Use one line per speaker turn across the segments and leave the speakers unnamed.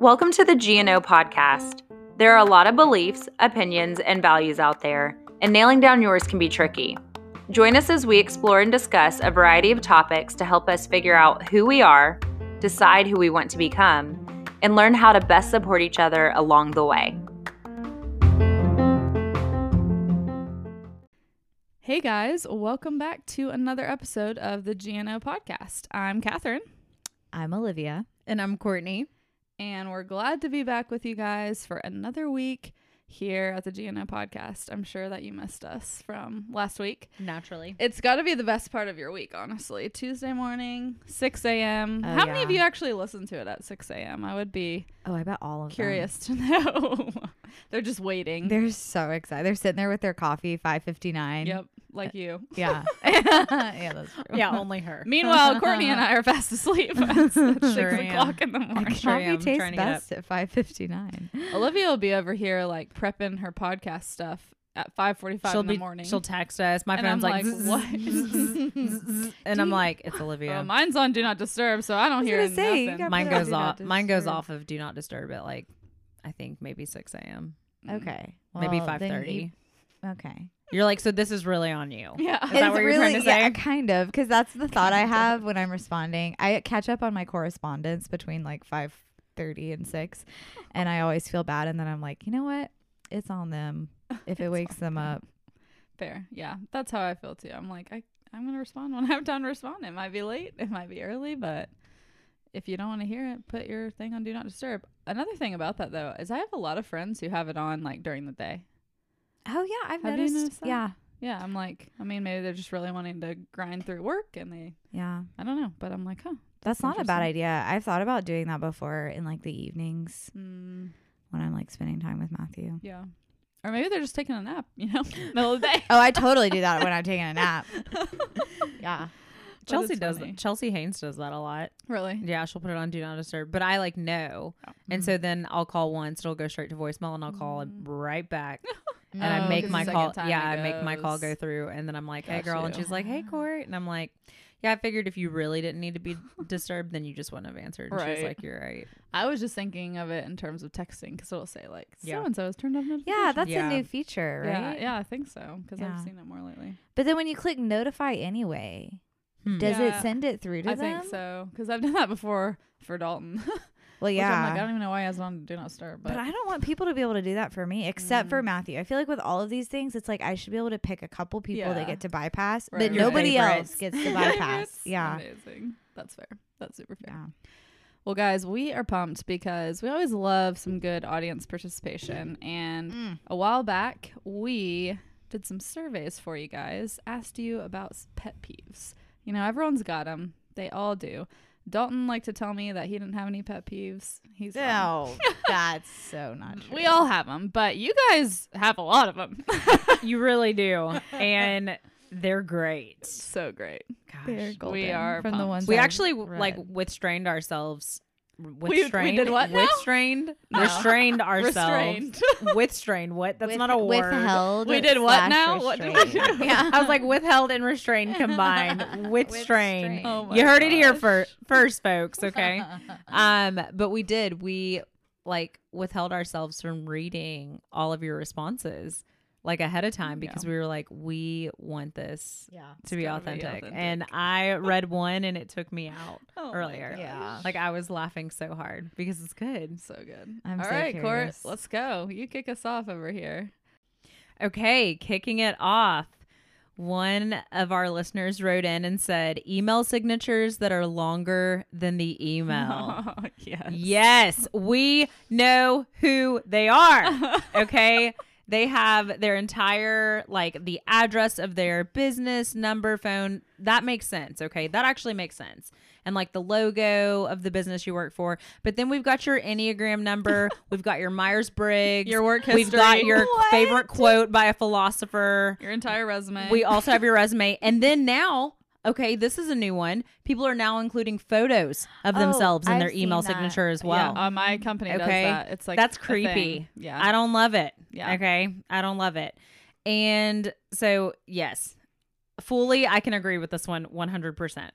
Welcome to the GNO podcast. There are a lot of beliefs, opinions, and values out there, and nailing down yours can be tricky. Join us as we explore and discuss a variety of topics to help us figure out who we are, decide who we want to become, and learn how to best support each other along the way.
Hey guys, welcome back to another episode of the GNO podcast. I'm Catherine,
I'm Olivia.
And I'm Courtney.
and we're glad to be back with you guys for another week here at the GNO podcast. I'm sure that you missed us from last week.
Naturally.
It's got to be the best part of your week, honestly. Tuesday morning, 6 a.m.
Oh,
How many of
yeah.
you actually listened to it at 6 a.m.? I would be
Oh, I bet all of them.
curious to know. They're just
Mm-hmm.
waiting.
They're so excited. They're sitting there with their coffee, five fifty nine.
yep, like
Uh,
you.
Yeah. yeah, that's true.
Yeah, only her.
Meanwhile, Courtney and I are fast asleep at 6
Sure
am.
o'clock in the morning.
sure
coffee
am. I'm
tastes
trying to get
best at five fifty nine.
Olivia will be over here like prepping her podcast stuff at 5:45
she'll
in the morning.
She'll text us. My
And
phone's
I'm like,
like, zzz,
"What?"
zzz, zzz, zzz, zzz. and I'm like, it's Olivia.
Uh, mine's on do not disturb, so I don't
was
hear
gonna say, you
nothing.
got-
mine
put it on
goes
Do Not
off. Mine goes
Disturb.
off of do not disturb at like, I think maybe six a.m.
Okay.
Mm-hmm. maybe
well,
five
then
thirty.
you- Okay.
You, are like, so this is really on you.
yeah.
Is that what you're trying to
Yeah,
say?
kind of, because that's the thought I have when I'm responding. I catch up on my correspondence between like five thirty and six, and I always feel bad. And then I'm like, you know what? It's on them. If it wakes them up,
Fair. Yeah. That's how I feel too. I'm like I I'm going to respond when I have time to respond. It might be late, it might be early, but if you don't want to hear it, put your thing on do not disturb. Another thing about that though is I have a lot of friends who have it on like during the day.
Oh yeah, I've
Have you
noticed.
noticed that?
Yeah,
Yeah, I'm like, I mean, maybe they're just really wanting to grind through work and they,
yeah.
I don't know, but I'm like, huh.
That's not a bad
interesting.
idea. I've thought about doing that before in like the evenings
Mm,
when I'm like spending time with Matthew.
yeah. Or maybe they're just taking a nap, you know, middle of the day.
Oh, I totally do that when I'm taking a nap. Yeah.
Chelsea
it's
does.
funny.
Chelsea Haynes does that a lot.
Really?
Yeah, she'll put it on do not disturb. But I like know, and so then I'll call once. It'll go straight to voicemail, and I'll call
Mm-hmm. Mm.
right back.
And
and I
Oh,
make
'cause
my
the
call.
second time
Yeah, I
it
make my call go
goes.
through, and then I'm like, "Hey,
Got
girl," and
you.
she's like, "Hey, Court," and I'm like, "Yeah, I figured if you really didn't need to be disturbed, then you just wouldn't have answered." And she's
Right.
like, "You're right."
I was just thinking of it in terms of texting because it'll say like
Yeah.
so and so has turned off notifications.
Yeah, that's
Yeah.
a new feature,
yeah,
right?
yeah, I think so because
Yeah.
I've seen it more lately.
But then when you click notify anyway,
Hmm.
does
Yeah,
it send it through to
I
them?
think so because I've done that before for Dalton.
Well,
Which I'm
yeah.
like, I don't even know why he has it on do not disturb,
but
but, Hmm.
I don't want people to be able to do that for me, except for Matthew. I feel like with all of these things, it's like I should be able to pick a couple people
Yeah.
that get to bypass,
Right,
but
right,
nobody
right.
else gets
Your
to bypass.
favorites?
Yeah.
amazing. That's fair. That's super fair.
Yeah.
Well, guys, we are pumped because we always love some good audience participation. And
Mm.
a while back, we did some surveys for you guys, asked you about s- pet peeves. You know, everyone's got them, they all do. Dalton liked to tell me that he didn't have any pet peeves. He's wrong.
No, that's so not true.
We all have them, but you guys have a lot of them.
Um, you really do, and they're great.
so great.
Gosh,
we are
from the
pumped.
ones
we
I've
actually
read.
like withstrained ourselves.
we
Withstrained.
did what now?
Withstrained.
No.
Restrained ourselves.
Restrained.
Withstrained. What? That's
With-
not a word.
Withheld.
We did what
slash
now? What did we
restrained.
do?
Yeah.
I was like withheld and restrained combined. Withstrained.
Withstrained.
Oh my
you heard it here
gosh.
fir- first, folks. Okay. um, but we did. We like withheld ourselves from reading all of your responses like ahead of time because we were like, we want this
yeah.
to be
gotta be
authentic.
authentic.
And I read one and it took me out
Oh my
earlier.
gosh.
Yeah.
Like I was laughing so hard because it's good.
So good.
I'm
All
so
right, Court,
curious.
let's go. You kick us off over here.
Okay, kicking it off. One of our listeners wrote in and said, email signatures that are longer than the email.
yes.
yes, we know who they are. Okay. they have their entire, like the address of their business, number, phone. That makes sense. Okay. That actually makes sense. And like the logo of the business you work for. But then we've got your Enneagram number. we've got your Myers Briggs.
Your work
We've got
history.
your favorite quote by a philosopher.
Your entire resume.
We also have your resume. And then now, okay, this is a new one. People are now including photos of
Oh,
themselves in their
I've
email
seen that. Oh,
signature as
yeah,
well.
uh, my company does
okay.
that. It's like
That's
a thing.
creepy.
Yeah.
I don't love it.
Yeah.
Okay. I don't love it. And so, yes, fully, I can agree with this one 100%.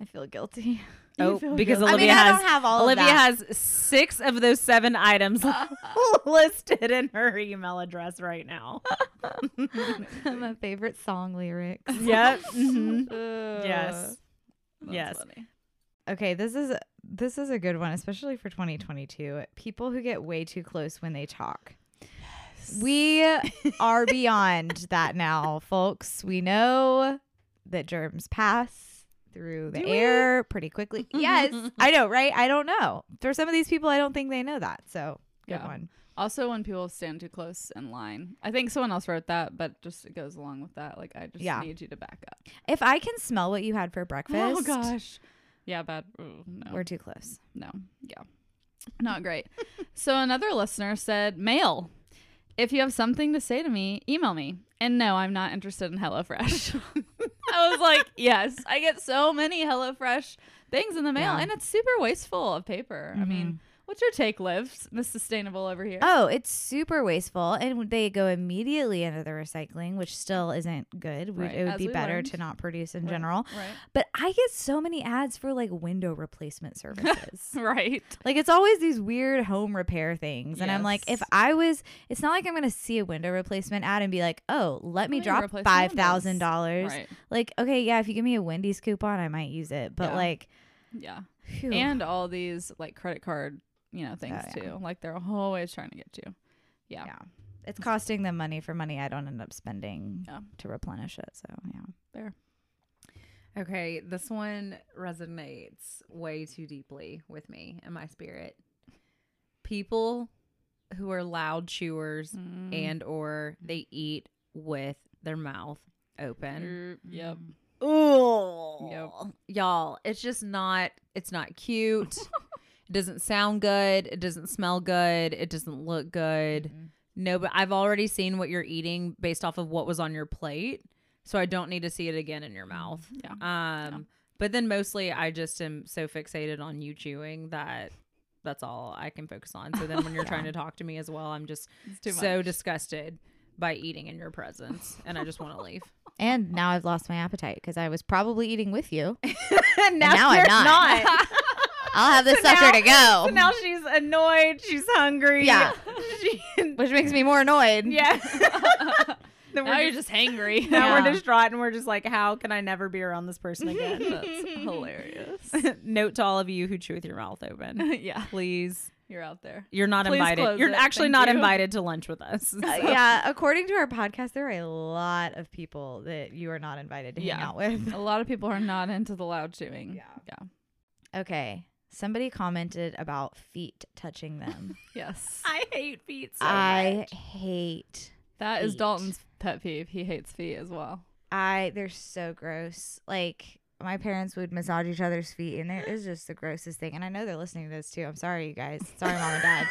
I feel guilty.
Oh, because
I
Olivia
mean, I
has
don't have all
Olivia
of that.
has six of those seven items listed in her email address right now.
my favorite song lyrics.
yep. Mm-hmm.
Yes.
Yes.
Okay, this is this is a good one, especially for 2022. People who get way too close when they talk. We are beyond that now, folks. We know that germs pass through the
Do we?
air pretty quickly. Yes, I know, right? I don't know. For some of these people, I don't think they know that. So, good
Yeah.
one.
Also, when people stand too close in line, I think someone else wrote that, but just it goes along with that. Like, I just
Yeah.
need you to back up.
If I can smell what you had for breakfast,
Oh gosh, yeah, bad. ooh, no,
we're too close.
no, yeah, not great. so another listener said, "Mail. If you have something to say to me, email me." And no, I'm not interested in HelloFresh. I was like, yes, I get so many HelloFresh things in the mail,
Yeah.
and it's super wasteful of paper. I mean, what's your take, Liv? Miss Sustainable over here.
Oh, it's super wasteful, and they go immediately into the recycling, which still isn't good. We,
Right,
it would
as
be
we
better
learned.
to not produce in
Right,
general. But I get so many ads for like window replacement services.
Right. Right.
like it's always these weird home repair things, and I'm like, if
Yes.
I was, it's not like I'm gonna see a window replacement ad and be like, oh, let me
me
drop
replace my
five
windows.
thousand dollars.
Right.
Like, okay, yeah, if you give me a Wendy's coupon, I might use it. But
Yeah.
like,
Yeah.
phew.
And all these like credit card, you know, things
yeah.
too. Like they're always trying to get you. Yeah.
yeah, it's costing them money for money I don't end up spending
Yeah.
to replenish it. So yeah.
Okay, this one resonates way too deeply with me and my spirit. People who are loud chewers
Mm-hmm.
and or they eat with their mouth open.
Mm, yep.
Ooh.
Yep.
Y'all, it's just not it's not cute. it doesn't sound good, it doesn't smell good, it doesn't look good. No, but I've already seen what you're eating based off of what was on your plate, so I don't need to see it again in your mouth.
Mm, Yeah.
Um, but then mostly I just am so fixated on you chewing that that's all I can focus on. So then when you're trying to talk to me as well, I'm just
It's too
so
much.
disgusted by eating in your presence, and I just want to leave.
And now I've lost my appetite because I was probably eating with you.
and
now I'm
you're
not. I'll have this sucker
now-
to go.
So now she's annoyed. She's hungry.
Yeah.
She,
which makes me more annoyed.
yeah. Then we're
now you're just hangry.
Now
Yeah.
we're distraught and we're just like, how can I never be around this person again?
That's hilarious.
Note to all of you who chew with your mouth open.
yeah.
Please.
You're out there.
You're not
Please
invited.
close
You're
it.
actually
Thank
not
you.
invited to lunch with us.
Uh, yeah, according to our podcast, there are a lot of people that you are not invited to hang
Yeah.
out with.
A lot of people are not into the loud chewing.
Yeah.
Yeah.
Okay, somebody commented about feet touching them.
Yes.
I hate feet
I hate.
that is
Feet.
Dalton's pet peeve. He hates feet as well.
I they're so gross. Like my parents would massage each other's feet, and it is just the grossest thing. And I know they're listening to this too. I'm sorry, you guys. Sorry, mom and dad.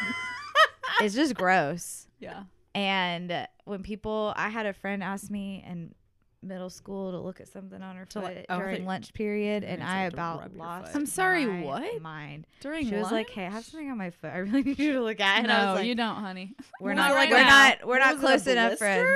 it's just gross.
Yeah.
And when people, I had a friend ask me in middle school to look at something on her
To
foot
like- oh, I
during
thought-
lunch period,
I
and
thought you
I
said to
about
rub your
lost.
foot.
I'm sorry,
my
what?
Mind.
During
She was like, "Hey, I have something on my foot. I really need you to look at." it." And
no,
I was like,
you don't, honey.
"We're
not
not.
right
we're
now.
not. We're not close enough, friends."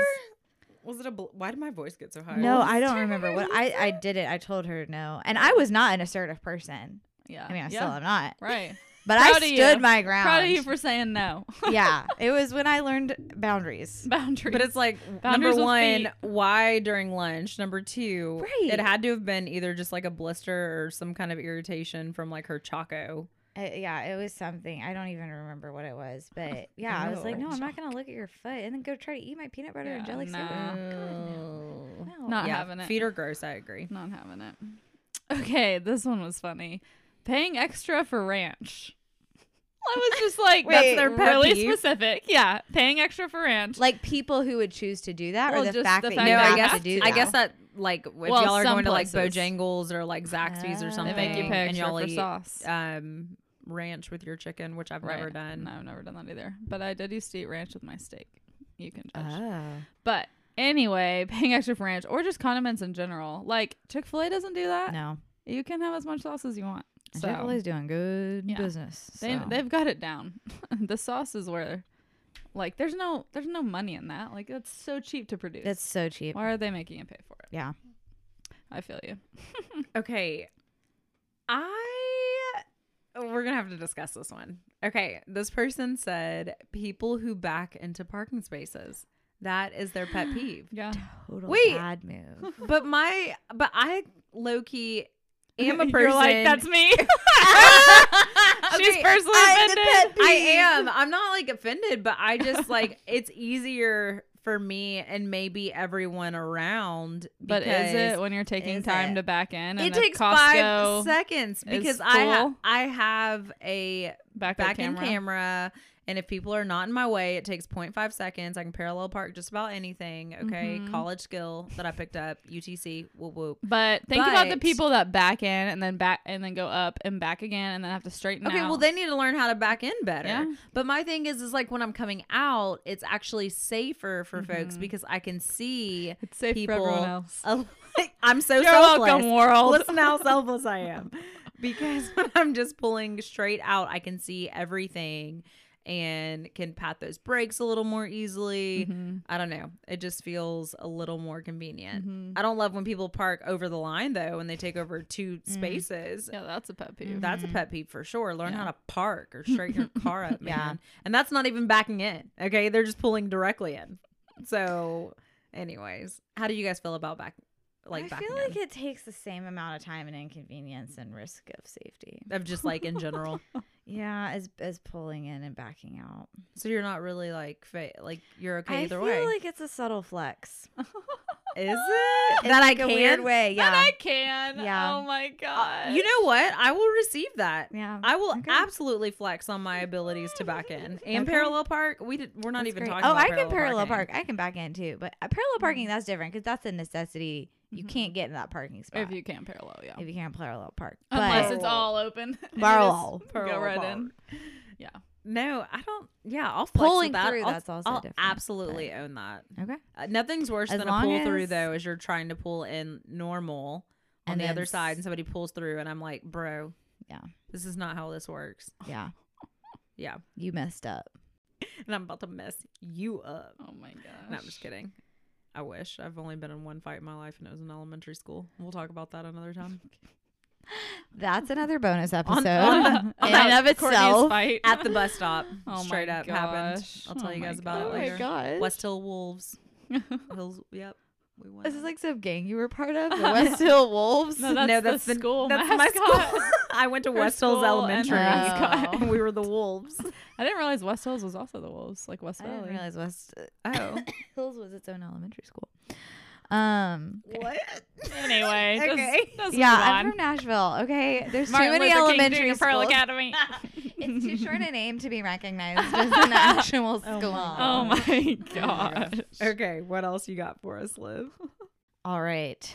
Was it a? Bl- Why did my voice get so high?
No, I don't remember what I. I did it. I told her no, and I was not an assertive person.
Yeah.
I mean, I
yeah.
still am not,
Right.
but
Proud
I
of you.
stood my ground.
Proud of you for saying no.
yeah, it was when I learned boundaries.
Boundaries.
But it's like
Boundaries
number
with
one,
feet.
why during lunch? Number two,
Right.
it had to have been either just like a blister or some kind of irritation from like her choco.
Uh, yeah, it was something. I don't even remember what it was, but yeah, I was like,
Oh.
no, I'm not gonna look at your foot and then go try to eat my peanut butter and
Yeah,
jelly
no.
sandwich.
Oh.
No.
Not having it.
Feet are gross. I agree.
Not having it. Okay, this one was funny. Paying extra for ranch. I was just like,
Wait,
that's they're
pet
really
peeve?
specific. Yeah, paying extra for ranch.
Like people who would choose to do that,
Well,
or the
just
fact
the
that
fact
you
No,
have
I guess
to do
I
that.
guess that like if
Well,
y'all are
some
going to like
places.
Bojangles or like Zaxby's
Oh.
or
they
something,
make you pay
and
extra
y'all
for
eat
sauce.
um ranch with your chicken, which I've never
Right.
done.
No, I've never done that either. But I did used to eat ranch with my steak. You can judge.
Uh-huh.
Oh.
But anyway, paying extra for ranch or just condiments in general. Like Chick Fil A doesn't do that.
No,
You can have as much sauce as you want. So
Chick-fil-A's doing good
Yeah.
business.
they
so.
they've got it down. the sauce is where Like there's no there's no money in that. Like that's so cheap to produce.
It's so cheap.
Why are they making you pay for it?
Yeah.
I feel you.
Okay. I we're going to have to discuss this one. Okay, this person said people who back into parking spaces. That is their pet peeve.
Yeah.
Total
Wait.
bad move.
But my but I low key am a person
You're like that's me. She's
Okay,
personally
I'm the
offended.
pet
I am. I'm not like offended, but I just like it's easier for me and maybe everyone around.
But is
because
it when you're taking
is
time
it?
to back in? And
It
if
takes
Costco
five seconds
is
because I ha-
full?
I have a
Back,
back
camera.
in camera, and if people are not in my way, it takes 0.5 seconds. I can parallel park just about anything. Okay,
Mhm.
college skill that I picked up, UTC. Whoop whoop.
But think about the
But-
people that back in and then back and then go up and back again and then have to straighten
Okay,
out.
well they need to learn how to back in better.
Yeah.
But my thing is is like when I'm coming out, it's actually safer for folks
Mhm.
because I can see
it's safe
people
for everyone else.
a- I'm so
You're
selfless.
welcome, world.
Listen how selfless I am. Because when I'm just pulling straight out, I can see everything and can pat those brakes a little more easily.
Mhm.
I don't know. It just feels a little more convenient.
Mhm.
I don't love when people park over the line though and they take over two
Mm.
spaces.
Yeah, that's a pet peeve.
That's a pet peeve for sure. Learn
Yeah.
how to park or straighten your car up, man.
Yeah.
And that's not even backing in. Okay, they're just pulling directly in. So, anyways, how do you guys feel about back, like
I
backing
feel
in?
like it takes the same amount of time and inconvenience and risk of safety.
of just like in general?
Yeah, as as pulling in and backing out.
so you're not really like fa- like you're okay
I
either
feel
way.
like it's a subtle flex.
Is it
In
that
like
I
a
can?
weird way. Yeah.
But I can.
Yeah.
Oh my god.
You know what? I will receive that.
yeah.
I will
Okay.
absolutely flex on my abilities to back in
Okay.
and parallel park. We did, we're not
That's
even
great.
talking.
Oh,
about
I can parallel
parking. Mm-hmm.
park. I can back in too, but uh, parallel parking that's different because that's a necessity. You
Mhm.
can't get in that parking spot
if you can parallel, yeah.
if you can't parallel park.
Unless
But-
it's all open. and you
Parallel.
just Go
Parallel
right
park.
in. Yeah.
No, I don't. Yeah, I'll flex with
Pulling
that.
through,
I'll,
that's also
I'll
different,
absolutely own that.
okay,
Uh, nothing's worse
As
than a
long
pull through
as-
though, as you're trying to pull in normal on
And
the
then
other side,
s-
and somebody pulls through, and I'm like, bro,
Yeah.
this is not how this works.
yeah,
Yeah,
you messed up.
and I'm about to mess you up.
Oh my gosh.
No, I'm just kidding. I wish I've only been in one fight in my life, and it was in elementary school. We'll talk about that another time.
That's another bonus
On-
episode.
on the-
in
on
and
the-
of
Courtney's
itself.
fight.
at the bus stop,
Oh
straight
my
up happened.
gosh.
I'll tell
Oh
you
my
guys about
Oh
it
my
later.
gosh.
West Hill Wolves, Hills. Yep, we won.
This is like some gang you were part of, the West Hill Wolves.
no, that's,
no,
the
that's the-
school
That's my
mascot.
school. I went to
Her
West Hills
school and her
Elementary.
mascot.
and we were the wolves.
I didn't realize West Hills was also the Wolves, like West
I didn't
Valley.
realize West
Oh,
Hills was its own elementary school. Um,
what?
Anyway, just-
Okay.
let's
yeah,
move
I'm
on.
from Nashville. Okay, there's
Martin
too many
Luther King
elementary
Junior Pearl
schools.
Academy.
it's too short a name to be recognized as an actual school.
Oh my god.
Okay, what else you got for us, Liv?
Oh.
All right.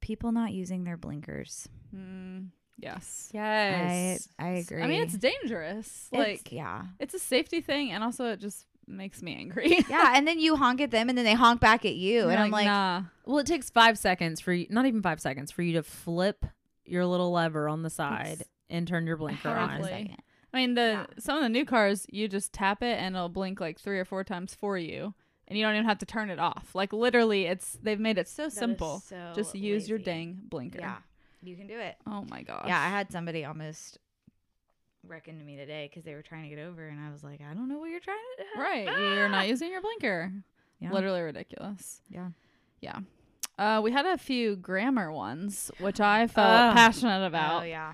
People not using their blinkers.
Mm, yes.
Yes,
I I agree.
I mean, it's dangerous.
It's-
Like
yeah.
it's a safety thing, and also it just makes me angry.
Yeah, and then you honk at them and then they honk back at you and I'm like,
nah.
Well, it takes five seconds for you, not even five seconds for you to flip your little lever on the side
It's-
and turn your blinker
"Hold on a
Correctly.
on.
second."
I mean, the some of the new cars, you just tap it and it'll blink like three or four times for you, and you don't even have to turn it off. Like literally, it's they've made it so simple. just use your dang blinker.
Yeah. You can do it.
Oh my gosh.
Yeah, I had somebody almost reckon me today because they were trying to get over, and I was like, I don't know what you're trying to do. Ah!
Right. You're not using your blinker.
Yeah.
Literally ridiculous.
Yeah.
Yeah. Uh, we had a few grammar ones, which I felt
Ugh.
passionate about.
Oh yeah.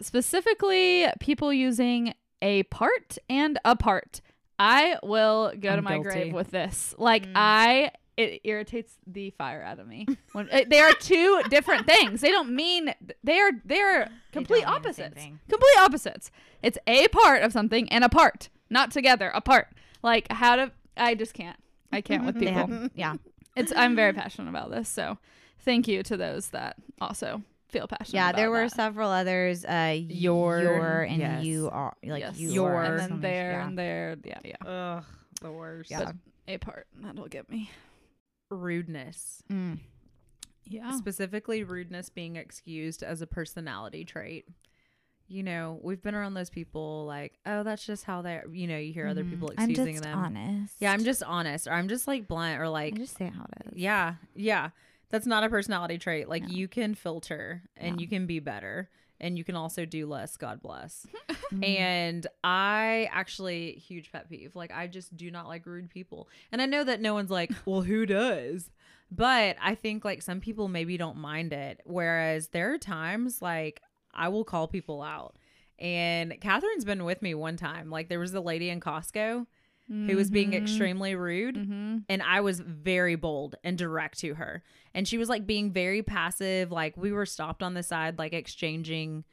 Specifically, people using a part and a part. I will go
I'm
to my
guilty.
grave with this. Like
Mm.
I, it irritates the fire out of me. When uh, they are two different things. They don't mean they are they are complete
don't mean the same
opposites.
thing.
Complete opposites. It's a part of something and a part, not together. A part. Like how to? I just can't. I can't with
They
people.
have- yeah.
It's I'm very passionate about this. So thank you to those that also feel passionate.
Yeah, there
about
were
that.
several others. Uh,
Your,
your, and
yes.
you are like you
Your.
are
and then
exclamation-
there
yeah.
and there yeah yeah
Ugh, the worst.
Yeah.
a part that'll get me
Rudeness,
Mm.
yeah
Oh. specifically rudeness being excused as a personality trait. you know, we've been around those people like, oh, that's just how they, you know, you hear other
Mhm.
people
I'm
excusing
just
them.
honest.
Yeah, I'm just honest, or I'm just like blunt, or
I
like,
just say it how it is.
yeah, yeah. That's not a personality trait. Like
No.
you can filter and
No.
you can be better and you can also do less. God bless.
Mhm.
And I actually huge pet peeve. Like I just do not like rude people. And I know that no one's like, well, who does? But I think like some people maybe don't mind it. Whereas there are times like I will call people out. And Catherine's been with me one time. Like there was a lady in Costco
Mm-hmm.
who was being extremely rude
Mm-hmm.
and I was very bold and direct to her. And she was like being very passive. Like we were stopped on the side, like exchanging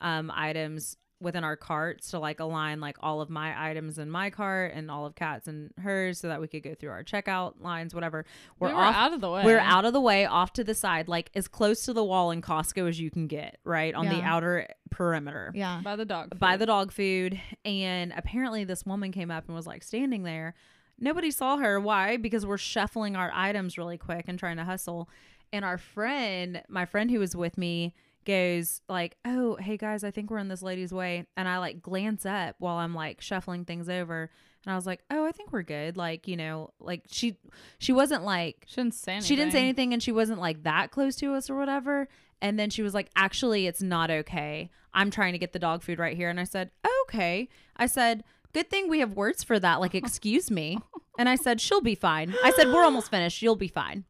um, items within our carts to like align like all of my items in my cart and all of Kat's and hers, so that we could go through our checkout lines, whatever.
We're
We're off.
out of the way.
We're out of the way, off to the side, like as close to the wall in Costco as you can get, right on the
Yeah.
outer perimeter
Yeah.
by the dog.
by
food.
the dog food and apparently this woman came up and was like standing there nobody saw her why because we're shuffling our items really quick and trying to hustle and our friend my friend who was with me goes like oh hey guys i think we're in this lady's way and i like glance up while i'm like shuffling things over and i was like oh i think we're good like you know like she she wasn't like
She didn't say anything.
she didn't say anything and she wasn't like that close to us or whatever. And then she was like, actually, it's not okay. I'm trying to get the dog food right here. And I said, okay. I said, good thing we have words for that. Like, excuse me. And I said, she'll be fine. I said, we're almost finished. You'll be fine.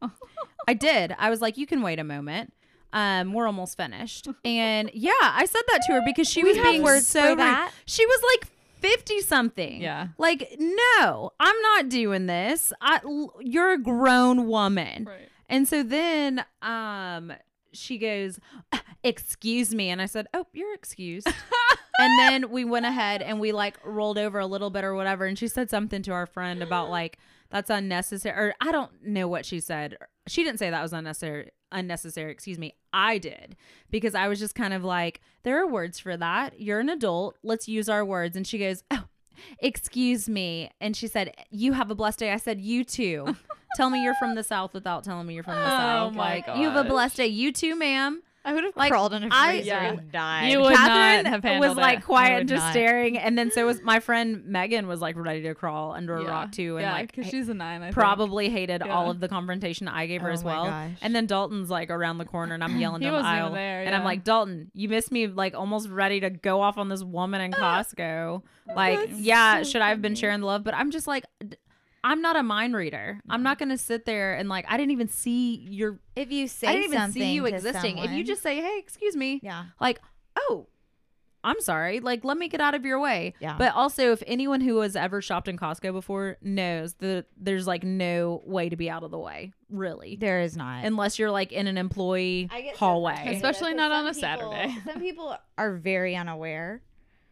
I did. I was like, you can wait a moment. Um, we're almost finished. And yeah, I said that to her because she
We
was
have
being
words
so
for
rude.
that.
She was like 50 something.
Yeah.
Like, no, I'm not doing this. I, l- you're a grown woman.
Right.
And so then um she goes, "Excuse me." And I said, "Oh, you're excused." and then we went ahead and we like rolled over a little bit or whatever and she said something to our friend about like that's unnecessary or I don't know what she said. She didn't say that was unnecessary unnecessary, excuse me. I did because I was just kind of like, there are words for that. You're an adult. Let's use our words. And she goes, "Oh, excuse me." And she said, "You have a blessed day." I said, "You too." Tell me you're from the south without telling me you're from the
Oh
south.
my
like you have a
gosh.
blessed day. You too, ma'am.
I would have
Like,
crawled in a freezer
I-
Yeah.
and died.
You would
Catherine
not have
was
handled
like
it.
I
quiet
would
and just
not.
staring, and then so was my friend Megan was like ready to crawl under a
Yeah.
rock too, and
yeah,
like
because she's a nine. I think.
probably hated
Yeah.
all of the confrontation I gave her
Oh
as
my
well.
gosh.
And then Dalton's like around the corner, and I'm yelling
He
down the
wasn't even
aisle,
there,
and I'm
yeah.
like, Dalton, you missed me like almost ready to go off on this woman in Costco. Like,
That's
yeah,
so
should I have been
funny.
sharing the love? But I'm just like. d- I'm not a mind reader. I'm not going to sit there and like I didn't even see your
If you say
I didn't even
something
see you
to
existing. If you
someone-
just say, "Hey, excuse me,"
yeah,
like, oh, I'm sorry. Like, let me get out of your way.
Yeah.
But also, if anyone who has ever shopped in Costco before knows that there's like no way to be out of the way, really,
there is not.
unless you're like in an employee hallway.
frustrated. Especially not on a Saturday.
Some people are very unaware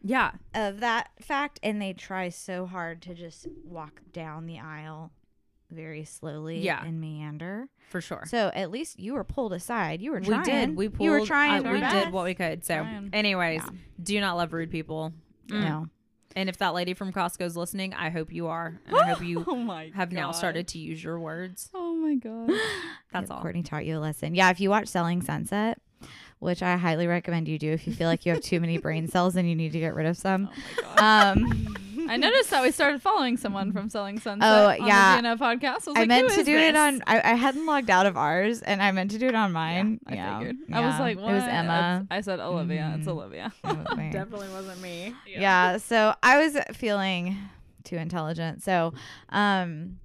Yeah.
of that fact, and they try so hard to just walk down the aisle very slowly
Yeah.
and meander.
For sure.
So at least you were pulled aside. You were trying.
we did. We pulled.
You were trying.
uh,
your
we did
best.
what we could. So,
Trying.
anyways,
Yeah.
do not love rude people. Mm.
No.
And if that lady from Costco's listening, I hope you are. And I hope you
Oh my.
have now
God.
started to use your words.
Oh my god.
That's
Yeah,
all.
Courtney taught you a lesson. Yeah, if you watch Selling Sunset, which I highly recommend you do if you feel like you have too many brain cells and you need to get rid of some.
Oh my god.
Um,
I noticed that we started following someone from Selling Sunset.
Oh,
on the
yeah.
DNO podcast. I, was
I
like,
meant
"Who
to
is
do it
this?"
on. I, I hadn't logged out of ours, and I meant to do it on
Yeah,
mine.
I
Yeah.
figured. I was
Yeah.
like, what?
It was
That's-
Emma.
I said Olivia. It's
Mhm.
Olivia.
It was me.
Definitely wasn't me.
yeah. So I was feeling too intelligent. So, um,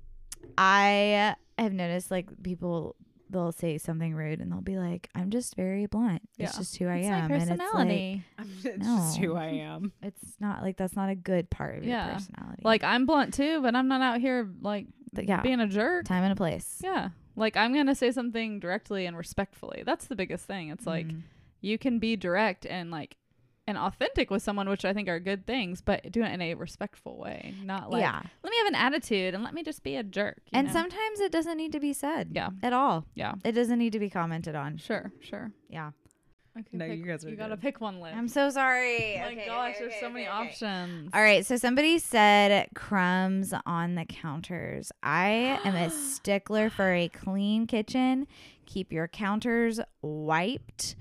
I have noticed like people they'll say something rude and they'll be like, "I'm just very blunt. It's
Yeah.
just who I
It's my
am." And it's like,
personality.
I'm just, just
No.
who I am.
it's not like that's not a good part of
Yeah.
your personality.
Like, I'm blunt too, but I'm not out here like
But yeah,
being a jerk.
time and a place.
Yeah. Like I'm going to say something directly and respectfully. That's the biggest thing. It's like
Mhm.
you can be direct and like and authentic with someone, which I think are good things, but do it in a respectful way, not like
yeah,
let me have an attitude and let me just be a jerk. you
and
know?
sometimes it doesn't need to be said.
Yeah.
at all.
Yeah.
It doesn't need to be commented on.
Sure, sure.
Yeah.
Okay.
No, you guys are
You got to
good.
pick one list.
I'm so sorry.
oh my gosh, there's so many options.
All right, so somebody said crumbs on the counters. I am a stickler for a clean kitchen. Keep your counters wiped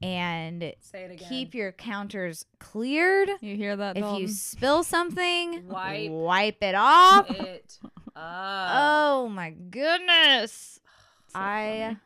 and
Say it again.
keep your counters cleared.
You hear that?
If
Dalton?
you spill something,
Um, Wipe. Uh,
wipe it off.
it up.
oh my goodness.
So
I
funny.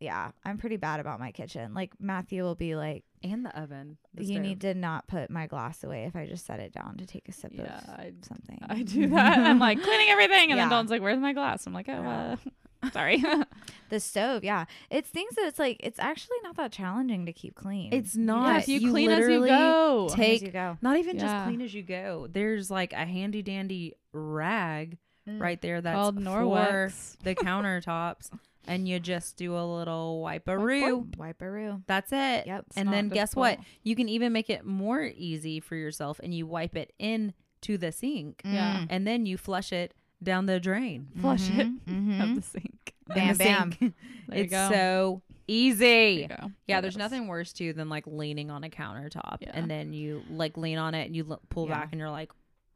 yeah, I'm pretty bad about my kitchen. Like Matthew will be like,
and the oven. The
"You
stove.
need to not put my glass away if I just set it down to take a sip
Yeah,
of
I-
something."
I do that. I'm like cleaning everything, and
Yeah.
then Dawn's like, "Where's my glass?" I'm like, "Oh,
Yeah.
uh, sorry."
the stove, yeah. It's things that it's like it's actually not that challenging to keep clean.
It's
yeah,
not.
if you, clean as you
literally
go,
take-
As you go.
Not even
Yeah.
just clean as you go. There's like a handy dandy rag
Mm.
right there that's
called
for
Norwex.
the countertops, and you just do a little wipe-a-roo.
Wipe-a-roo.
That's it.
Yep.
And
not
then guess what?
difficult.
You can even make it more easy for yourself, and you wipe it in to the sink,
Yeah.
Mm.
and then you flush it down the drain.
Flush it
Mhm, mhm.
of the sink.
in the
Bam bam.
sink.
There
Hmm? it's
you go.
so
There you
easy.
go.
Yeah,
It
there's
is.
nothing worse too than like leaning on a countertop
Yeah.
and then you like lean on it and you l- pull
Yeah.
back and you're like,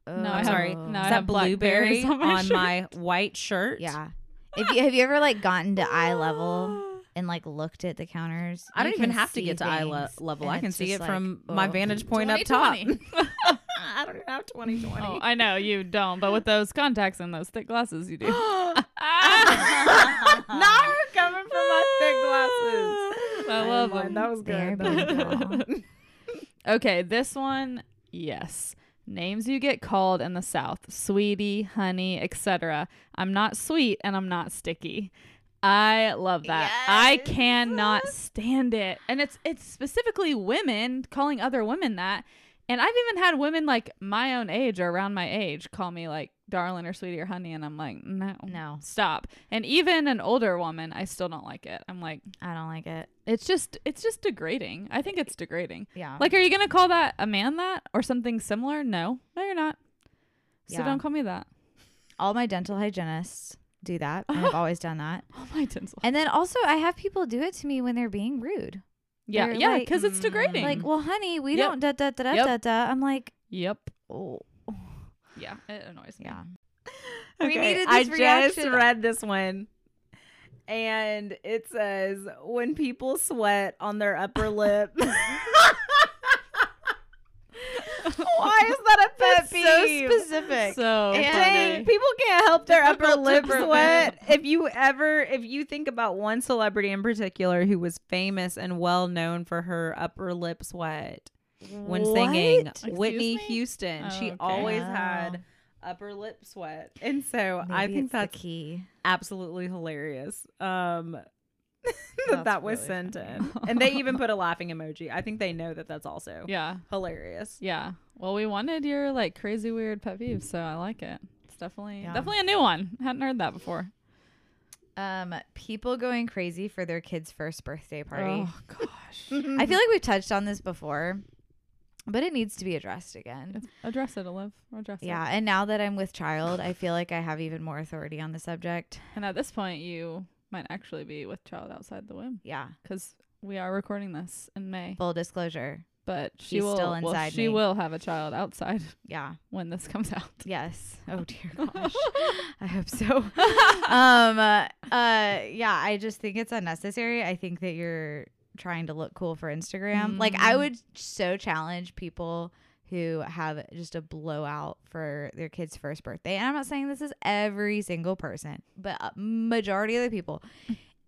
Oh.
No, I
I'm sorry.
have-
Is
no, I
that
have
blueberry
blackberries
on,
on
my,
my
white shirt?
Yeah. If you have you ever like gotten to eye level and like looked at the counters?
I don't
You
even
can
have to
see
get to eye le-
things,
level.
and
I can
it's
see
just
it
like,
from my
oh.
vantage point up top.
2020.
I don't have 2020.
oh, I know you don't, but with those contacts and those thick glasses, you do.
Not coming from Oh my thick glasses.
I love them.
That was
There
good.
we go.
Okay, this one, yes. Names you get called in the South: sweetie, honey, etc. I'm not sweet and I'm not sticky. I love that. I
Yes.
cannot stand it. And it's it's specifically women calling other women that. And I've even had women like my own age or around my age call me like darling or sweetie or honey and I'm like, "No.
No.
Stop." And even an older woman, I still don't like it. I'm like,
I don't like it.
it's just it's just degrading. I think it's degrading.
Yeah.
Like, are you gonna call that a man that or something similar? No, no, you're not. So
Yeah.
don't call me that.
all my dental hygienists do that. and I've always done that.
Oh my tinsel.
And then also I have people do it to me when they're being rude.
Yeah,
they're
yeah,
like- mm,
because it's degrading.
Like, well, honey, we
Yep.
don't da da da da
Yep.
da da. I'm like,
yep.
oh
Yeah, it annoys me.
yeah.
Okay,
We needed
I
this reaction.
just read this one. And it says, when people sweat on their upper lip. Why is that a pet
That's so
peeve?
specific.
So
And-
funny.
People can't help their
Upper
upper lip
upper lip.
sweat. If you ever, if you think about one celebrity in particular who was famous and well known for her upper lip sweat when singing,
Excuse
Whitney
me?
Houston.
Oh,
she
okay.
always
Wow.
had upper lip sweat. And so I
Maybe
think
it's the
that's
key.
absolutely hilarious. Um that
That's
that was
really
sent
funny.
in. And they even put a laughing emoji. I think they know that that's also
yeah,
hilarious.
yeah. Well, we wanted your like crazy weird pet peeve, so I like it. It's definitely
Yeah.
definitely a new one. Hadn't heard that before.
Um, people going crazy for their kid's first birthday party.
Oh gosh.
I feel like we've touched on this before, but it needs to be addressed again.
It's- address it, Olive. Address
Yeah,
it.
and now that I'm with child, I feel like I have even more authority on the subject.
And at this point, you might actually be with child outside the womb
Yeah.
because we are recording this in May.
Full disclosure.
but she
She's
will
still
well,
inside
she
me.
will have a child outside
Yeah.
when this comes out.
Yes. Oh dear gosh. I hope so. um uh, uh, yeah, I just think it's unnecessary. I think that you're trying to look cool for Instagram. Like I
Mm.
would so challenge people who have just a blowout for their kid's first birthday. And I'm not saying this is every single person, but a majority of the people.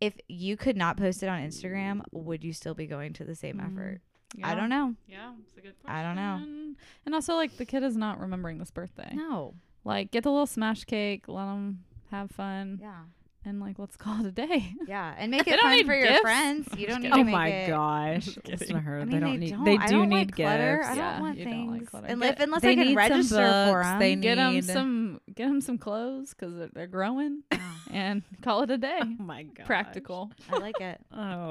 If you could not post it on Instagram, would you still be going to the same
Mm.
effort? I don't know.
Yeah, it's a good question.
I don't know.
And also, like the kid is not remembering this birthday.
No.
Like, get the little smash cake, let them have fun,
Yeah.
and like let's call it a day.
Yeah, and make
They
it
don't
fun
need
for your
gifts.
friends. You
just
don't need
kidding.
to
Oh
make
my
it.
gosh.
Just
Listen
kidding.
to her.
I
they
mean,
don't
they
need
don't.
they
I
do
don't
need
like clutter.
gifts.
I
Yeah,
don't want
you don't like
things.
clutter.
unless,
Get-
unless
they
I can
need some
register for
books.
them.
They
Get them
need-
some, get them some clothes because they're, they're growing, and call it a day.
Oh my god.
Practical.
I like it.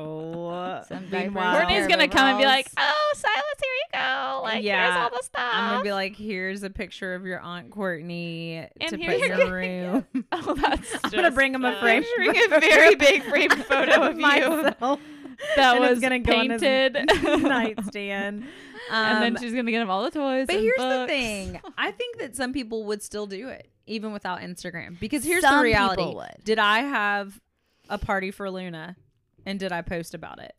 Oh.
Some
Meanwhile-
diapers,
Courtney's
pair of
gonna come and be like,
overalls.
"Oh, Silas, here you go. Like, here's
Yeah,
all the stuff."
I'm gonna be like, here's a picture of your aunt Courtney to
here
put in
you're
your room.
oh, that's.
I'm gonna
just
bring him a
bad.
frame.
a very big framed photo of
myself.
that
and it's
was
gonna go on his
painted
nightstand.
and then
Um,
she's gonna get him all the toys.
but
and
here's the
books.
thing: I think that some people would still do it even without Instagram because here's
Some
the
people
reality:
would.
Did I have a party for Luna, and did I post about it?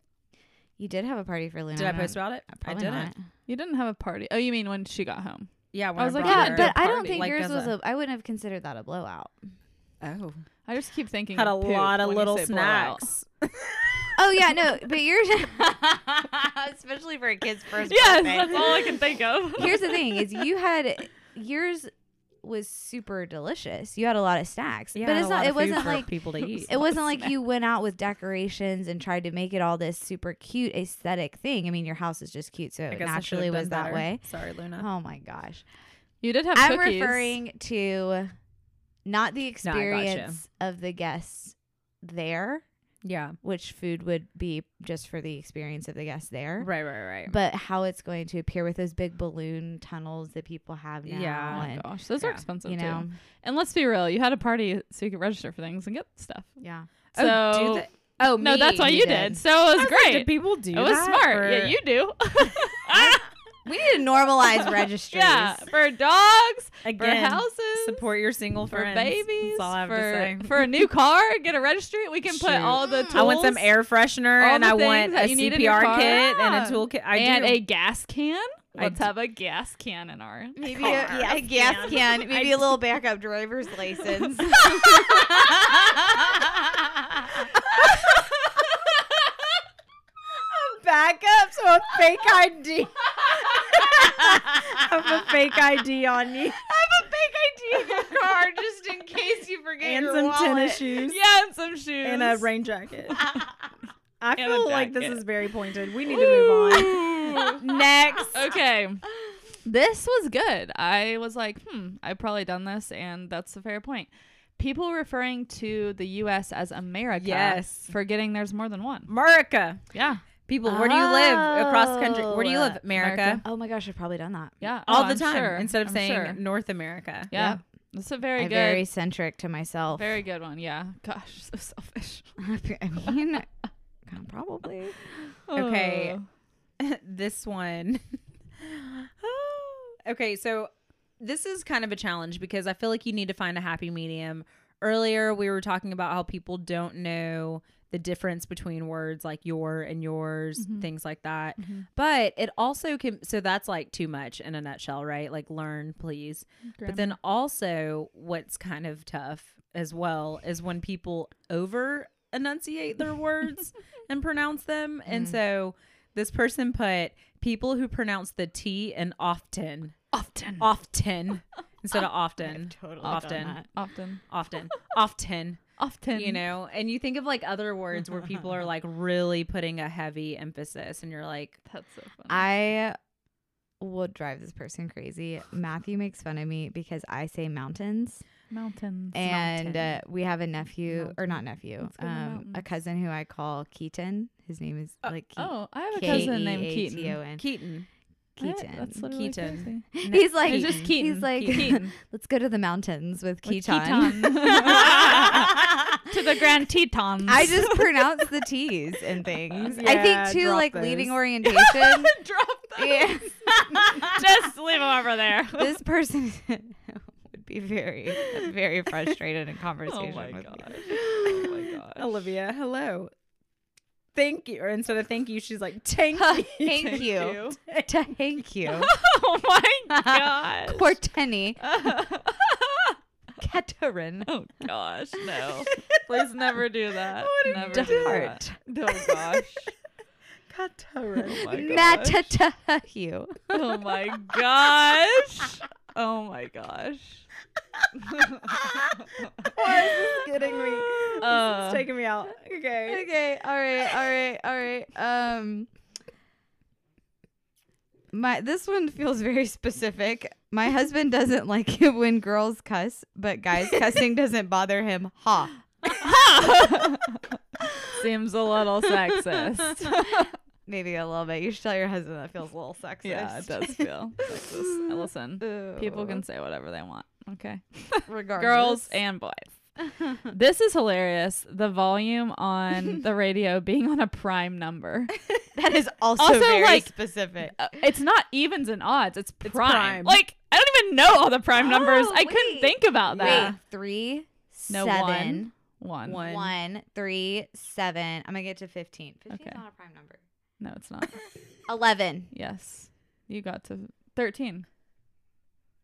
You did have a party for Luna.
Did I
don't-
post about it? I
Probably
didn't.
not.
You didn't have a party. Oh, you mean when she got home?
Yeah, when
I was like,
brought
yeah,
her-
Or
but I
party,
don't think
like,
yours
as
was
a-
a. I wouldn't have considered that a blowout.
oh
I just keep thinking
had a
poop
lot of
when you
little
say blowout.
snacks.
Oh yeah, no, but yours, especially for a kid's first
Yes,
birthday.
that's all I can think of.
Here's the thing: is you had yours was super delicious. You had a lot of snacks,
Yeah, I
but
had
it's
a
not.
lot
It
of food
wasn't
for
like
people to eat.
it wasn't like you went out with decorations and tried to make it all this super cute aesthetic thing. I mean, your house is just cute, so
I
it
guess I should've
naturally
done
was that
better.
way.
Sorry,
Uh-huh.
Luna.
Oh my gosh.
You did have
I'm
cookies.
referring to not the
No, I gotcha.
experience of the guests there,
Yeah.
which food would be just for the experience of the guests there,
Right, right, right.
but how it's going to appear with those big balloon tunnels that people have now.
Oh
Yeah.
my
and,
gosh, those are
Yeah.
expensive
you know,
too. And let's be real, you had a party so you could register for things and get stuff.
yeah.
So
oh, do they- oh
no, that's why
me,
you, did.
did.
So it was,
I was like,
great.
did people do
it was
that
smart.
for-
Yeah, you do.
Ah!
We need to normalize registries.
yeah, for dogs,
Again,
for houses,
support your single
for
friends.
babies,
That's all I have
for
to say.
for a new car, get a registry. We can put
Shoot.
all the tools.
I want some air freshener
all
and
the
I
things
want
that
a
you need in your
CPR
car.
kit and a
Yeah.
tool kit. I
and
do.
a gas can.
I
Let's
do.
have a gas can in our
Maybe
car.
a, a gas can, maybe a little backup driver's license.
backup, so a fake ID. have a fake ID on you
Big idea car just in case you forget
and
your
some
wallet.
tennis shoes
yeah, and some shoes
and a rain jacket. I
a
feel like this
jacket.
is very pointed. We need to move
Ooh.
on. Next.
okay. This was good. I was like, hmm, I've probably done this, and that's a fair point. People referring to the U.S. as America,
Yes.
forgetting there's more than one.
America.
Yeah,
People, where do you live across the country?
Oh.
Where do you live? America.
America.
Oh my gosh, I've probably done that.
yeah,
All
Oh,
the
I'm
time.
sure.
Instead of
I'm
saying
sure.
North America.
yeah,
Yep.
that's a very
I'm
good,
very
very,
centric to myself.
good one. Yeah, gosh, so selfish.
I mean, kind of probably.
Okay.
Oh.
this one. Ah. okay, so this is kind of a challenge because I feel like you need to find a happy medium. Earlier, we were talking about how people don't know the difference between words like your and yours, things like that. But it also can, so that's like too much in a nutshell, right? Like learn, please. But then also, what's kind of tough as well is when people over enunciate their words and pronounce them. And so this person put people who pronounce the T and often,
often,
often instead of often,
totally done
often,
that.
often,
often, often,
often.
you know. And you think of like other words where people are like really putting a heavy emphasis, and you're like,
that's so funny.
I would drive this person crazy. Matthew makes fun of me because I say mountains,
Mountains.
and uh,
mountain.
we have a nephew or not nephew,
Let's go to
um, a
mountains.
cousin who I call Keaton. His name is like E Ke-
oh, I have a cousin
E
named Keaton.
K-E-A-T-O-N.
Keaton.
I-
Keaton.
That's literally
Keaton.
crazy.
He's like,
It's just Keaton.
he's like,
Keaton.
let's go to the mountains with
With
Keaton.
Keaton. to the Grand Tetons.
I just pronounce the T's and things. I
Yeah,
think too,
drop
like
those.
leading orientation.
drop that.
yeah.
Just leave him over there.
this person would be very, very frustrated in
oh
conversation
my
with
god.
me.
Oh my god.
Olivia, hello. Thank you. Or instead of thank you, she's like, thank you.
Thank you. Thank you.
Oh my god.
Courtney Catherine
oh gosh, no. Please never do that.
What
never
did you
do
do?
that. Oh gosh. Oh my gosh.
Natatahu.
Oh my gosh. Oh my gosh.
Why is this getting me? This
Uh.
is taking me out. Okay.
Okay, all right, all right, all right. Um my this one feels very specific. My husband doesn't like it when girls cuss, but guys cussing doesn't bother him. Ha.
Seems a little sexist.
Maybe a little bit. You should tell your husband that feels a little sexist.
Yeah, it does feel sexist. Now Listen, people
Ew.
can say whatever they want. Okay.
Regardless.
Girls and boys. this is hilarious. The volume on the radio being on a prime number.
That is also,
Also,
very
like-
specific.
Uh, It's not evens and odds, it's prime.
prime.
Like, I don't even know all the prime numbers.
Oh,
I couldn't
wait.
think about that.
Wait, three,
No,
seven,
One.
One.
one, three, seven. I'm gonna get to fifteen. Fifteen's
Okay.
not a prime number.
No, it's not.
11,
yes. You got to 13,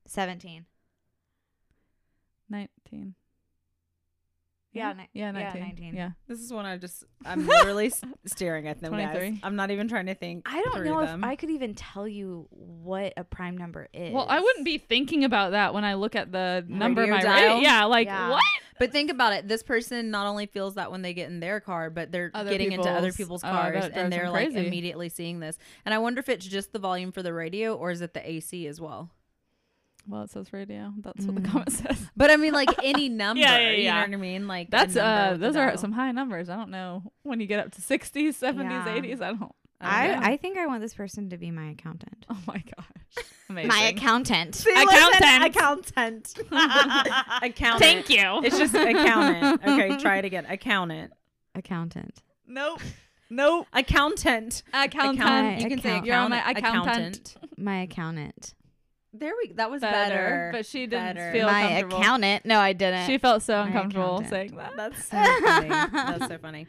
17.
19.
Yeah, ni-
yeah,
yeah,
19.
19.
Yeah.
This is one I just I'm literally s- staring at them guys.
23.
I'm not even trying to think.
I don't
through
know
them.
if I could even tell you what a prime number is.
Well, I wouldn't be thinking about that when I look at the number
Radio
my
dial?
right. Yeah, like
Yeah.
what?
But think about it. This person not only feels that when they get in their car, but they're
Other
getting into other
people's.
people's
Oh, I bet
cars
it drives
and they're
them
like
crazy.
immediately seeing this. And I wonder if it's just the volume for the radio or is it the AC as well?
Well, it says radio. That's what the comment says.
But I mean, like any number.
yeah,
You know
yeah.
what I mean? Like the
That's
number
uh
with the
those are
dial.
some high numbers. I don't know when you get up to 60s, 70s,
Yeah.
80s. I don't.
I don't know.
I, I think I want this person to be my accountant.
Oh my gosh. Amazing.
My accountant.
accountant. accountant.
Thank you.
It's just accountant. Okay, try it again. Accountant.
accountant.
Nope. Nope.
Accountant.
Accountant.
Accountant.
You can say
Account-
You're on
accountant.
my accountant.
My accountant.
There we. That was
Better,
better.
but she didn't
Better.
feel
my
comfortable.
accountant. No, I didn't.
She felt so
My
uncomfortable
accountant.
saying that.
That's so funny. That's so funny.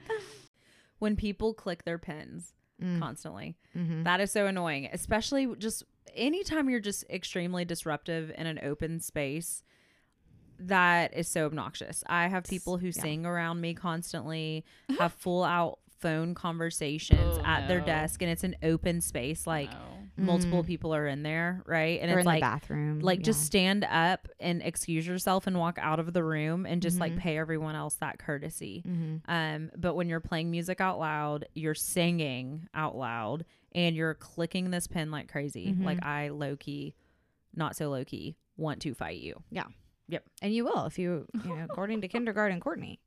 When people click their pens
Mm.
constantly,
Mm, mm-hmm.
that is so annoying. Especially just anytime you're just extremely disruptive in an open space. That is so obnoxious. I have people who sing around me constantly, have full out phone conversations
Oh,
at their
no.
desk, and it's an open space. Like multiple people are in there, right? And
Mm. or
it's
in
like
the bathroom.
like
yeah.
just stand up and excuse yourself and walk out of the room and just like
Mm-hmm.
Mhm.
pay everyone else that courtesy
Mhm.
um but when you're playing music out loud you're singing out loud and you're clicking this pen like crazy
Mm-hmm.
Mhm.
like i low-key not so low-key want to fight you
and you will if you, you know, according to kindergarten Courtney,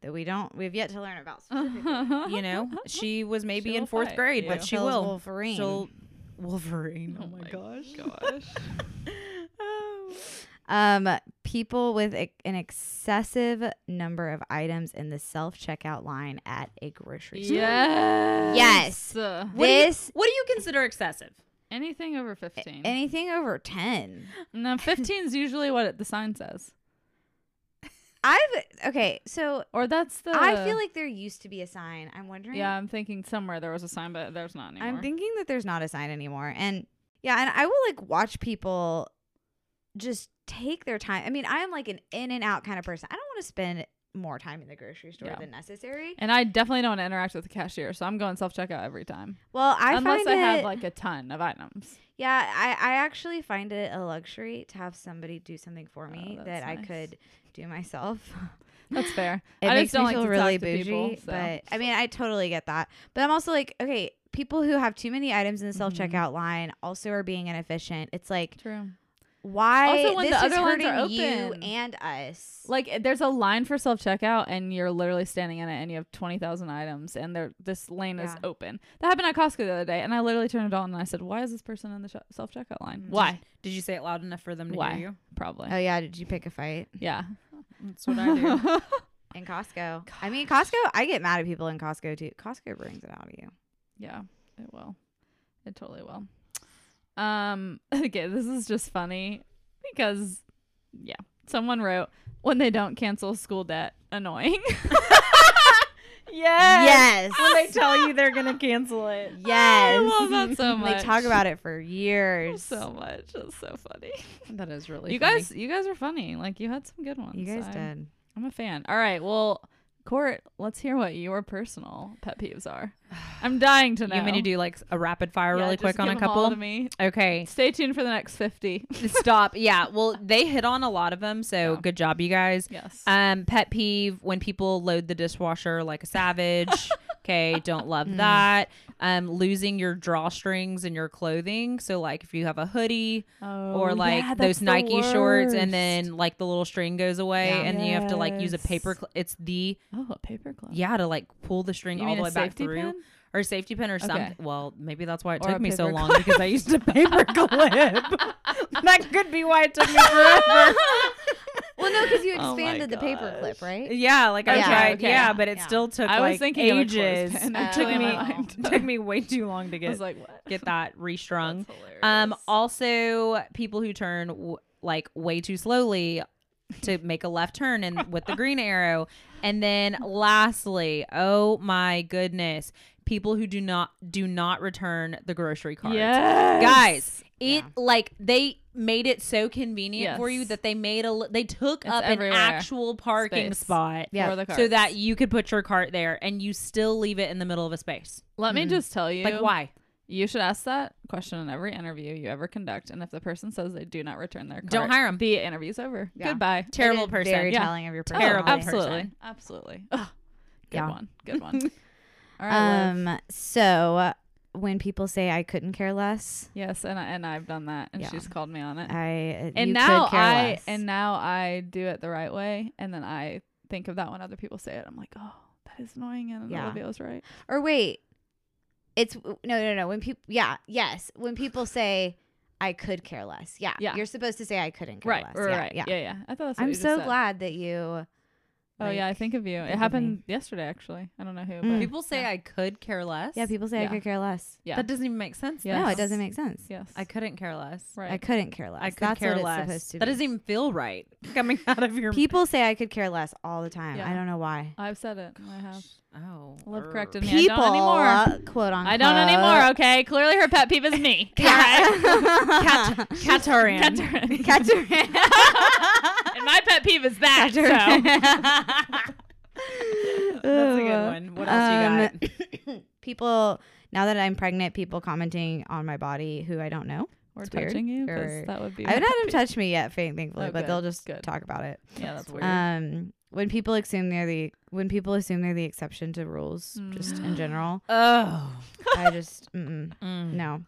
that we don't, we've yet to learn about. specifically.
you know she was maybe
She
in
will
fourth
fight
grade
you.
but she
Tells
will
Wolverine.
she'll wolverine oh, my god
gosh. Gosh.
Um, people with a, an excessive number of items in the self checkout line at a grocery store.
yes.
Yes.
Uh,
what do you-
This
what do you consider excessive
anything over 15.
anything over ten.
no, 15 is usually what it, the sign says.
I've okay, so
Or that's the.
I feel like there used to be a sign. I'm wondering.
Yeah, I'm thinking somewhere there was a sign, but there's not anymore.
I'm thinking that there's not a sign anymore, and yeah, and I will like watch people just take their time. I mean, I am like an in and out kind of person. I don't want to spend more time in the grocery store
Yeah.
than necessary.
and I definitely don't want to interact with the cashier, so I'm going self checkout every time.
Well, I
Unless
find
I
it-
have like a ton of items.
Yeah, I, I actually find it a luxury to have somebody do something for me
Oh, that's
that I
nice.
could do myself.
That's fair.
It
I
makes
just don't
me
like
feel
to
really
talk to
bougie,
people, so.
but I mean, I totally get that. But I'm also like, okay, people who have too many items in the self checkout
Mm-hmm.
line also are being inefficient. It's like,
True.
why
Also, when the
this is
other lines
hurting
are
you
open.
and us?
Like it- there's a line for self checkout and you're literally standing in it and you have 20,000 items and there this lane is
Yeah.
open. That happened at Costco the other day and I literally turned it on and I said, "Why is this person in the sh- self checkout line?"
Mm.
Why?
did you say it loud enough for them to
Why?
hear you
Probably.
oh yeah, did you pick a fight
yeah.
that's what i do
in Costco? I mean, Costco. I get mad at people in Costco too. Costco brings it out of you.
Yeah, it will. It totally will. Um, okay, this is just funny because yeah, someone wrote when they don't cancel school debt, annoying.
Yes,
when they tell you they're gonna cancel it.
yes.
Oh, I love that so
And
much.
They talk about it for years.
so much. That's so funny.
That is really
you guys, you guys are funny. Like you had some good ones.
you guys
I-
did.
I'm a fan. All right, well, Court, let's hear what your personal pet peeves are. I'm dying to know.
You mean to do like a rapid fire
Yeah,
really
just
quick on
give
a
'em all
couple?
to me.
Okay,
Stay tuned for the next 50.
stop. Yeah, well, they hit on a lot of them, so
Yeah.
good job, you guys.
yes.
Um, pet peeve when people load the dishwasher like a savage. Okay, don't love
Hmm.
that. Um, losing your drawstrings and your clothing. So like if you have a hoodie or
Oh,
like
yeah, that's
those
the
Nike shorts, and
worst.
then like the little string goes away,
Yeah.
and you have to like use a
Yes.
paper. Cl- it's the
Oh, a paper glove.
yeah to like pull the string
You
all
mean
the
a
way back
safety
through.
pin?
or a safety pin or something.
Okay.
Well, maybe that's why it
Or
took
a
me so
paper
long
clip.
because I used a paper clip. that could be why it took me forever.
Well, no, because you
Oh my
expanded the paper clip,
gosh.
right?
yeah, like I
Okay,
tried.
okay.
Yeah, but it
Yeah.
still took
I was
like
thinking of a
ages.
clothespen,
It
actually,
took
in
me
my
mind.
took me way too long to
I
get
was like, what?
get that restrung.
That's hilarious.
Um, also people who turn w- like way too slowly to make a left turn and with the green arrow. And then lastly, oh my goodness, people who do not do not return the grocery cards.
Yes.
Guys,
Yeah.
it like they made it so convenient for you
Yes.
that they made a li- they took
It's
up
everywhere.
an actual parking
Space.
spot
Yeah.
For the cards.
so that you could put your cart there and you still leave it in the middle of a space.
let me
Mhm.
just tell you
Like why?
you should ask that question in every interview you ever conduct and if the person says they do not return their card,
Don't hire 'em.
the interview's over
Yeah.
goodbye
Terrible
It is
person.
Very
Yeah.
telling of your
Oh,
personality.
absolutely absolutely Ugh. good
Yeah.
one good one all right love.
Um. So when people say I couldn't care less,
yes and, I, and i've done that and
Yeah.
she's called me on it
I
and
you
now
could care
I
less.
and now I do it the right way, and then I think of that when other people say it. I'm like, oh, that is annoying, and
Yeah.
Olivia was right.
or wait, it's no no no when people yeah yes when people say I could care less yeah
Yeah.
you're supposed to say I couldn't care less
right,
yeah,
right.
yeah
yeah, yeah. I thought that's what
I'm
you just
so
said.
glad that you
Oh yeah, I
like,
think of you.
think
It
of
happened yesterday, actually. I don't know who. But
Mm.
People say
yeah.
I could care less.
yeah people say
Yeah.
I could care less
yeah.
That doesn't even make sense.
Yes.
no
though.
it doesn't make sense
yes,
I couldn't care less.
Right.
I couldn't care less
I could
that's
care
what it's
less.
supposed to
That
be
doesn't even feel right coming out of your
people say I could care less all the time
Yeah.
I don't know why
I've said it. and I have.
Oh,
Love
er.
corrected me.
people
I don't anymore.
uh, quote unquote
I don't anymore. Okay, clearly her pet peeve is me.
yeah.
Cat- Catarin.
Catherine.
Catherine.
and my pet peeve is that. So.
That's a good one. What else you got?
people now that I'm pregnant, people commenting on my body who I don't know.
We're
It's weird.
touching you
Or-
because that would be.
I haven't
my
had
pet
them touch me yet, fa- thankfully,
Oh,
but
good,
they'll just
good.
talk about it.
peeve. Yeah, that's weird.
Um, when people assume they're the when people assume they're the exception to rules,
Mm.
just in general,
Oh,
I just mm-mm,
Mm.
no.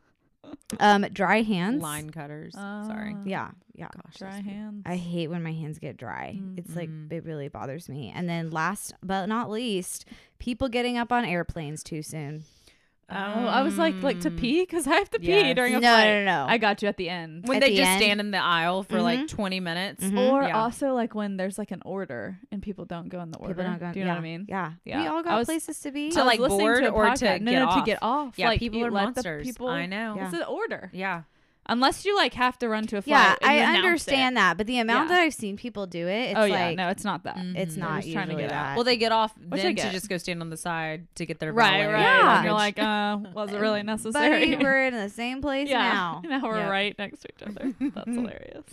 Um, dry hands.
line cutters. Sorry.
Ah,
Yeah, yeah.
Gosh,
Dry
that's-
hands.
I hate when my hands get dry. It's like
Mm.
it really bothers me. And then last but not least, people getting up on airplanes too soon.
Oh, I was like, like to
Um,
pee because I have to pee
yes.
during
No,
a
no,
flight.
no, no.
I got you at the end. Mm-hmm.
When
At
they
the
just
end.
stand in the aisle for like
Mhm.
20 minutes.
Mhm.
Or
Yeah.
also like when there's like an order and people don't go in the order.
people don't go.
Do you
yeah,
know what I mean?
Yeah, we
Yeah.
all
I
got
was-
places to be.
To,
I was
like,
listening
board
a
or to
podcast. no,
get
no,
off.
to get off.
Yeah,
like,
people
you
are
let
monsters.
The people,
I know.
Yeah.
It's an order.
Yeah.
Unless you like have to run to a flight.
yeah,
and
I
you announce
understand
It.
that, but the amount
Yeah.
that I've seen people do it, it's
oh
like
yeah, no, it's not that.
Mm.
it's
They're
not
just trying to
usually
get out.
that.
Well, they get off
Which I
then to
get.
just go stand on the side to get their
Right,
valet
right.
Yeah.
And you're
luggage.
like, uh, was it really necessary?
buddy, we're in the same place
yeah.
now.
we're
Yeah.
right next to each other. That's hilarious.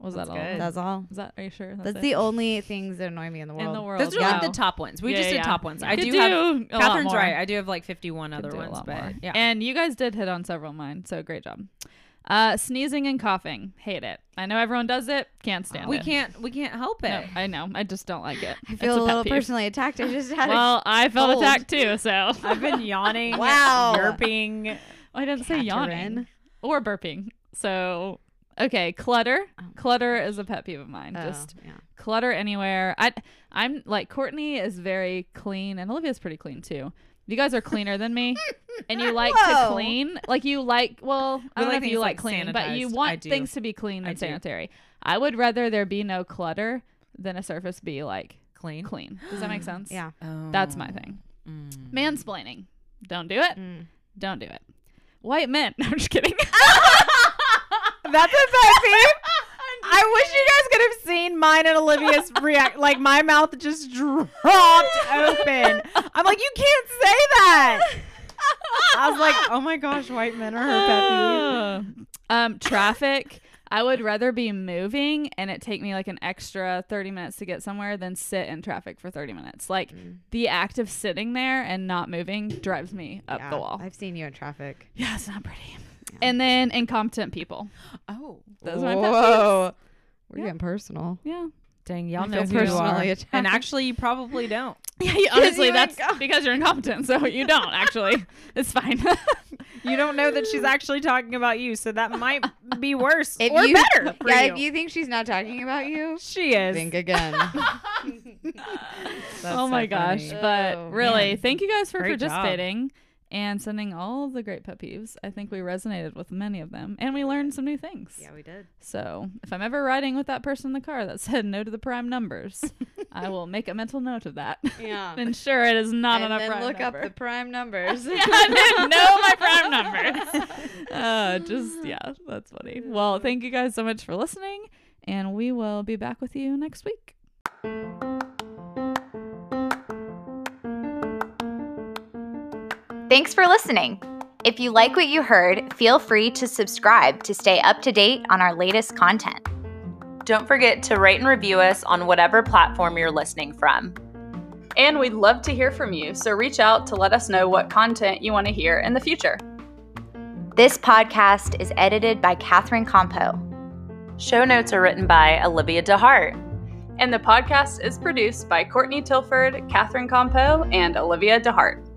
Was
That's
that all?
good.
That's all.
Is that? Are you sure?
That's
it?
the only things that annoy me in the world.
in the world.
Those are like
wow.
the top ones. We
Yeah,
just did
yeah.
top ones. I
Could
do have.
a lot
Catherine's
more.
right. I do have like 51
Could
other
do a
ones,
lot more.
but yeah.
And you guys did hit on several of mine, so great job. Uh, sneezing and coughing, hate it. I know everyone does it. Can't stand
we
it.
can't. We can't help it.
No, I know. I just don't like it.
I
it's
feel
a
a
pet
little
peeve.
personally attacked. I just had.
Well, I felt
cold.
attacked too, so
I've been yawning.
Wow.
Burping.
I didn't say yawning
Catherine.
or burping. So okay, clutter.
Oh.
Clutter is a pet peeve of mine.
Oh.
a,
Just
Oh, yeah.
clutter anywhere. I I'm like Courtney is very clean and Olivia's pretty clean too. You guys are cleaner than me. And you like to
Whoa.
clean. Like you like well, I
We
don't
like
know if you
things,
like
like,
clean, but you
sanitized. I
want
do.
things to be clean
I
and
do.
sanitary. I would rather there be no clutter than a surface be like
Clean.
clean. Does that make sense?
yeah.
Oh.
That's my thing. Mansplaining. Don't do it.
Mm.
Don't do it. White men. No, I'm just kidding.
That's a pet peeve. I wish you guys could have seen mine and Olivia's react. Like my mouth just dropped open. I'm like, you can't say that. I was like, oh my gosh, white men are her pet peeve.
Ah.
um, traffic. I would rather be moving and it take me like an extra 30 minutes to get somewhere than sit in traffic for 30 minutes. Like
Mm.
the act of sitting there and not moving drives me up
yeah.
the wall.
I've seen you in traffic.
yeah, it's not pretty. And then incompetent people.
Oh,
Those are my pet peeves.
We're getting personal.
Yeah.
dang, y'all
I feel
know who you are.
personally attacked.
And actually, you probably don't.
Yeah, you- honestly,
you
that's
incom-
because you're incompetent. So you don't actually. it's fine.
You don't know that she's actually talking about you, so that might be worse
If
or
you-
better for
yeah,
you.
if you think she's not talking about you,
She is.
think again.
That's
oh
so
my gosh.
funny.
But
Oh,
really,
man.
thank you guys for
Great job.
participating and sending all the great pet peeves. I think we resonated with many of them and we learned some new things.
we did.
So if I'm ever riding with that person in the car that said no to the prime numbers, I will make a mental note of that.
Yeah.
and ensure it is not
and
on a
then
prime
look
number.
up the prime numbers.
yeah, I didn't know my prime numbers. Uh, just yeah, that's funny. Well, thank you guys so much for listening, and we will be back with you next week.
Thanks for listening. If you like what you heard, feel free to subscribe to stay up to date on our latest content. Don't forget to rate and review us on whatever platform you're listening from.
And we'd love to hear from you, so reach out to let us know what content you want to hear in the future.
This podcast is edited by Catherine Compo. Show notes are written by Olivia DeHart.
And the podcast is produced by Courtney Tilford, Catherine Compo, and Olivia DeHart.